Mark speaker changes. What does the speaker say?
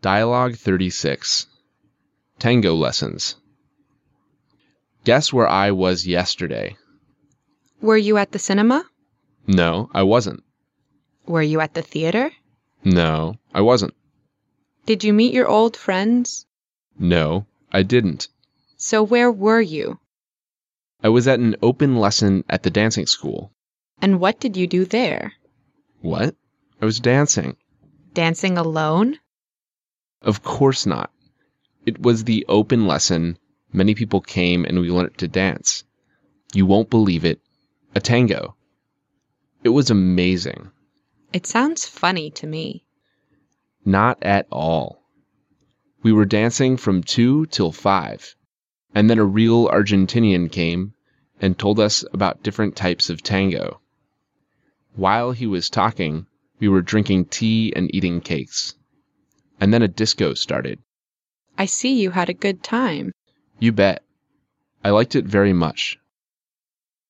Speaker 1: Dialogue 36 Tango Lessons Guess where I was yesterday?
Speaker 2: Were you at the cinema?
Speaker 1: No, I wasn't.
Speaker 2: Were you at the theater?
Speaker 1: No, I wasn't.
Speaker 2: Did you meet your old friends?
Speaker 1: No, I didn't.
Speaker 2: So where were you?
Speaker 1: I was at an open lesson at the dancing school.
Speaker 2: And what did you do there?
Speaker 1: What? I was dancing.
Speaker 2: Dancing alone?
Speaker 1: Of course not. It was the open lesson. Many people came and we learnt to dance. You won't believe it. A tango. It was amazing.
Speaker 2: It sounds funny to me.
Speaker 1: Not at all. We were dancing from two till five. And then a real Argentinian came and told us about different types of tango. While he was talking, we were drinking tea and eating cakes. And then a disco started.
Speaker 2: I see you had a good time.
Speaker 1: You bet. I liked it very much.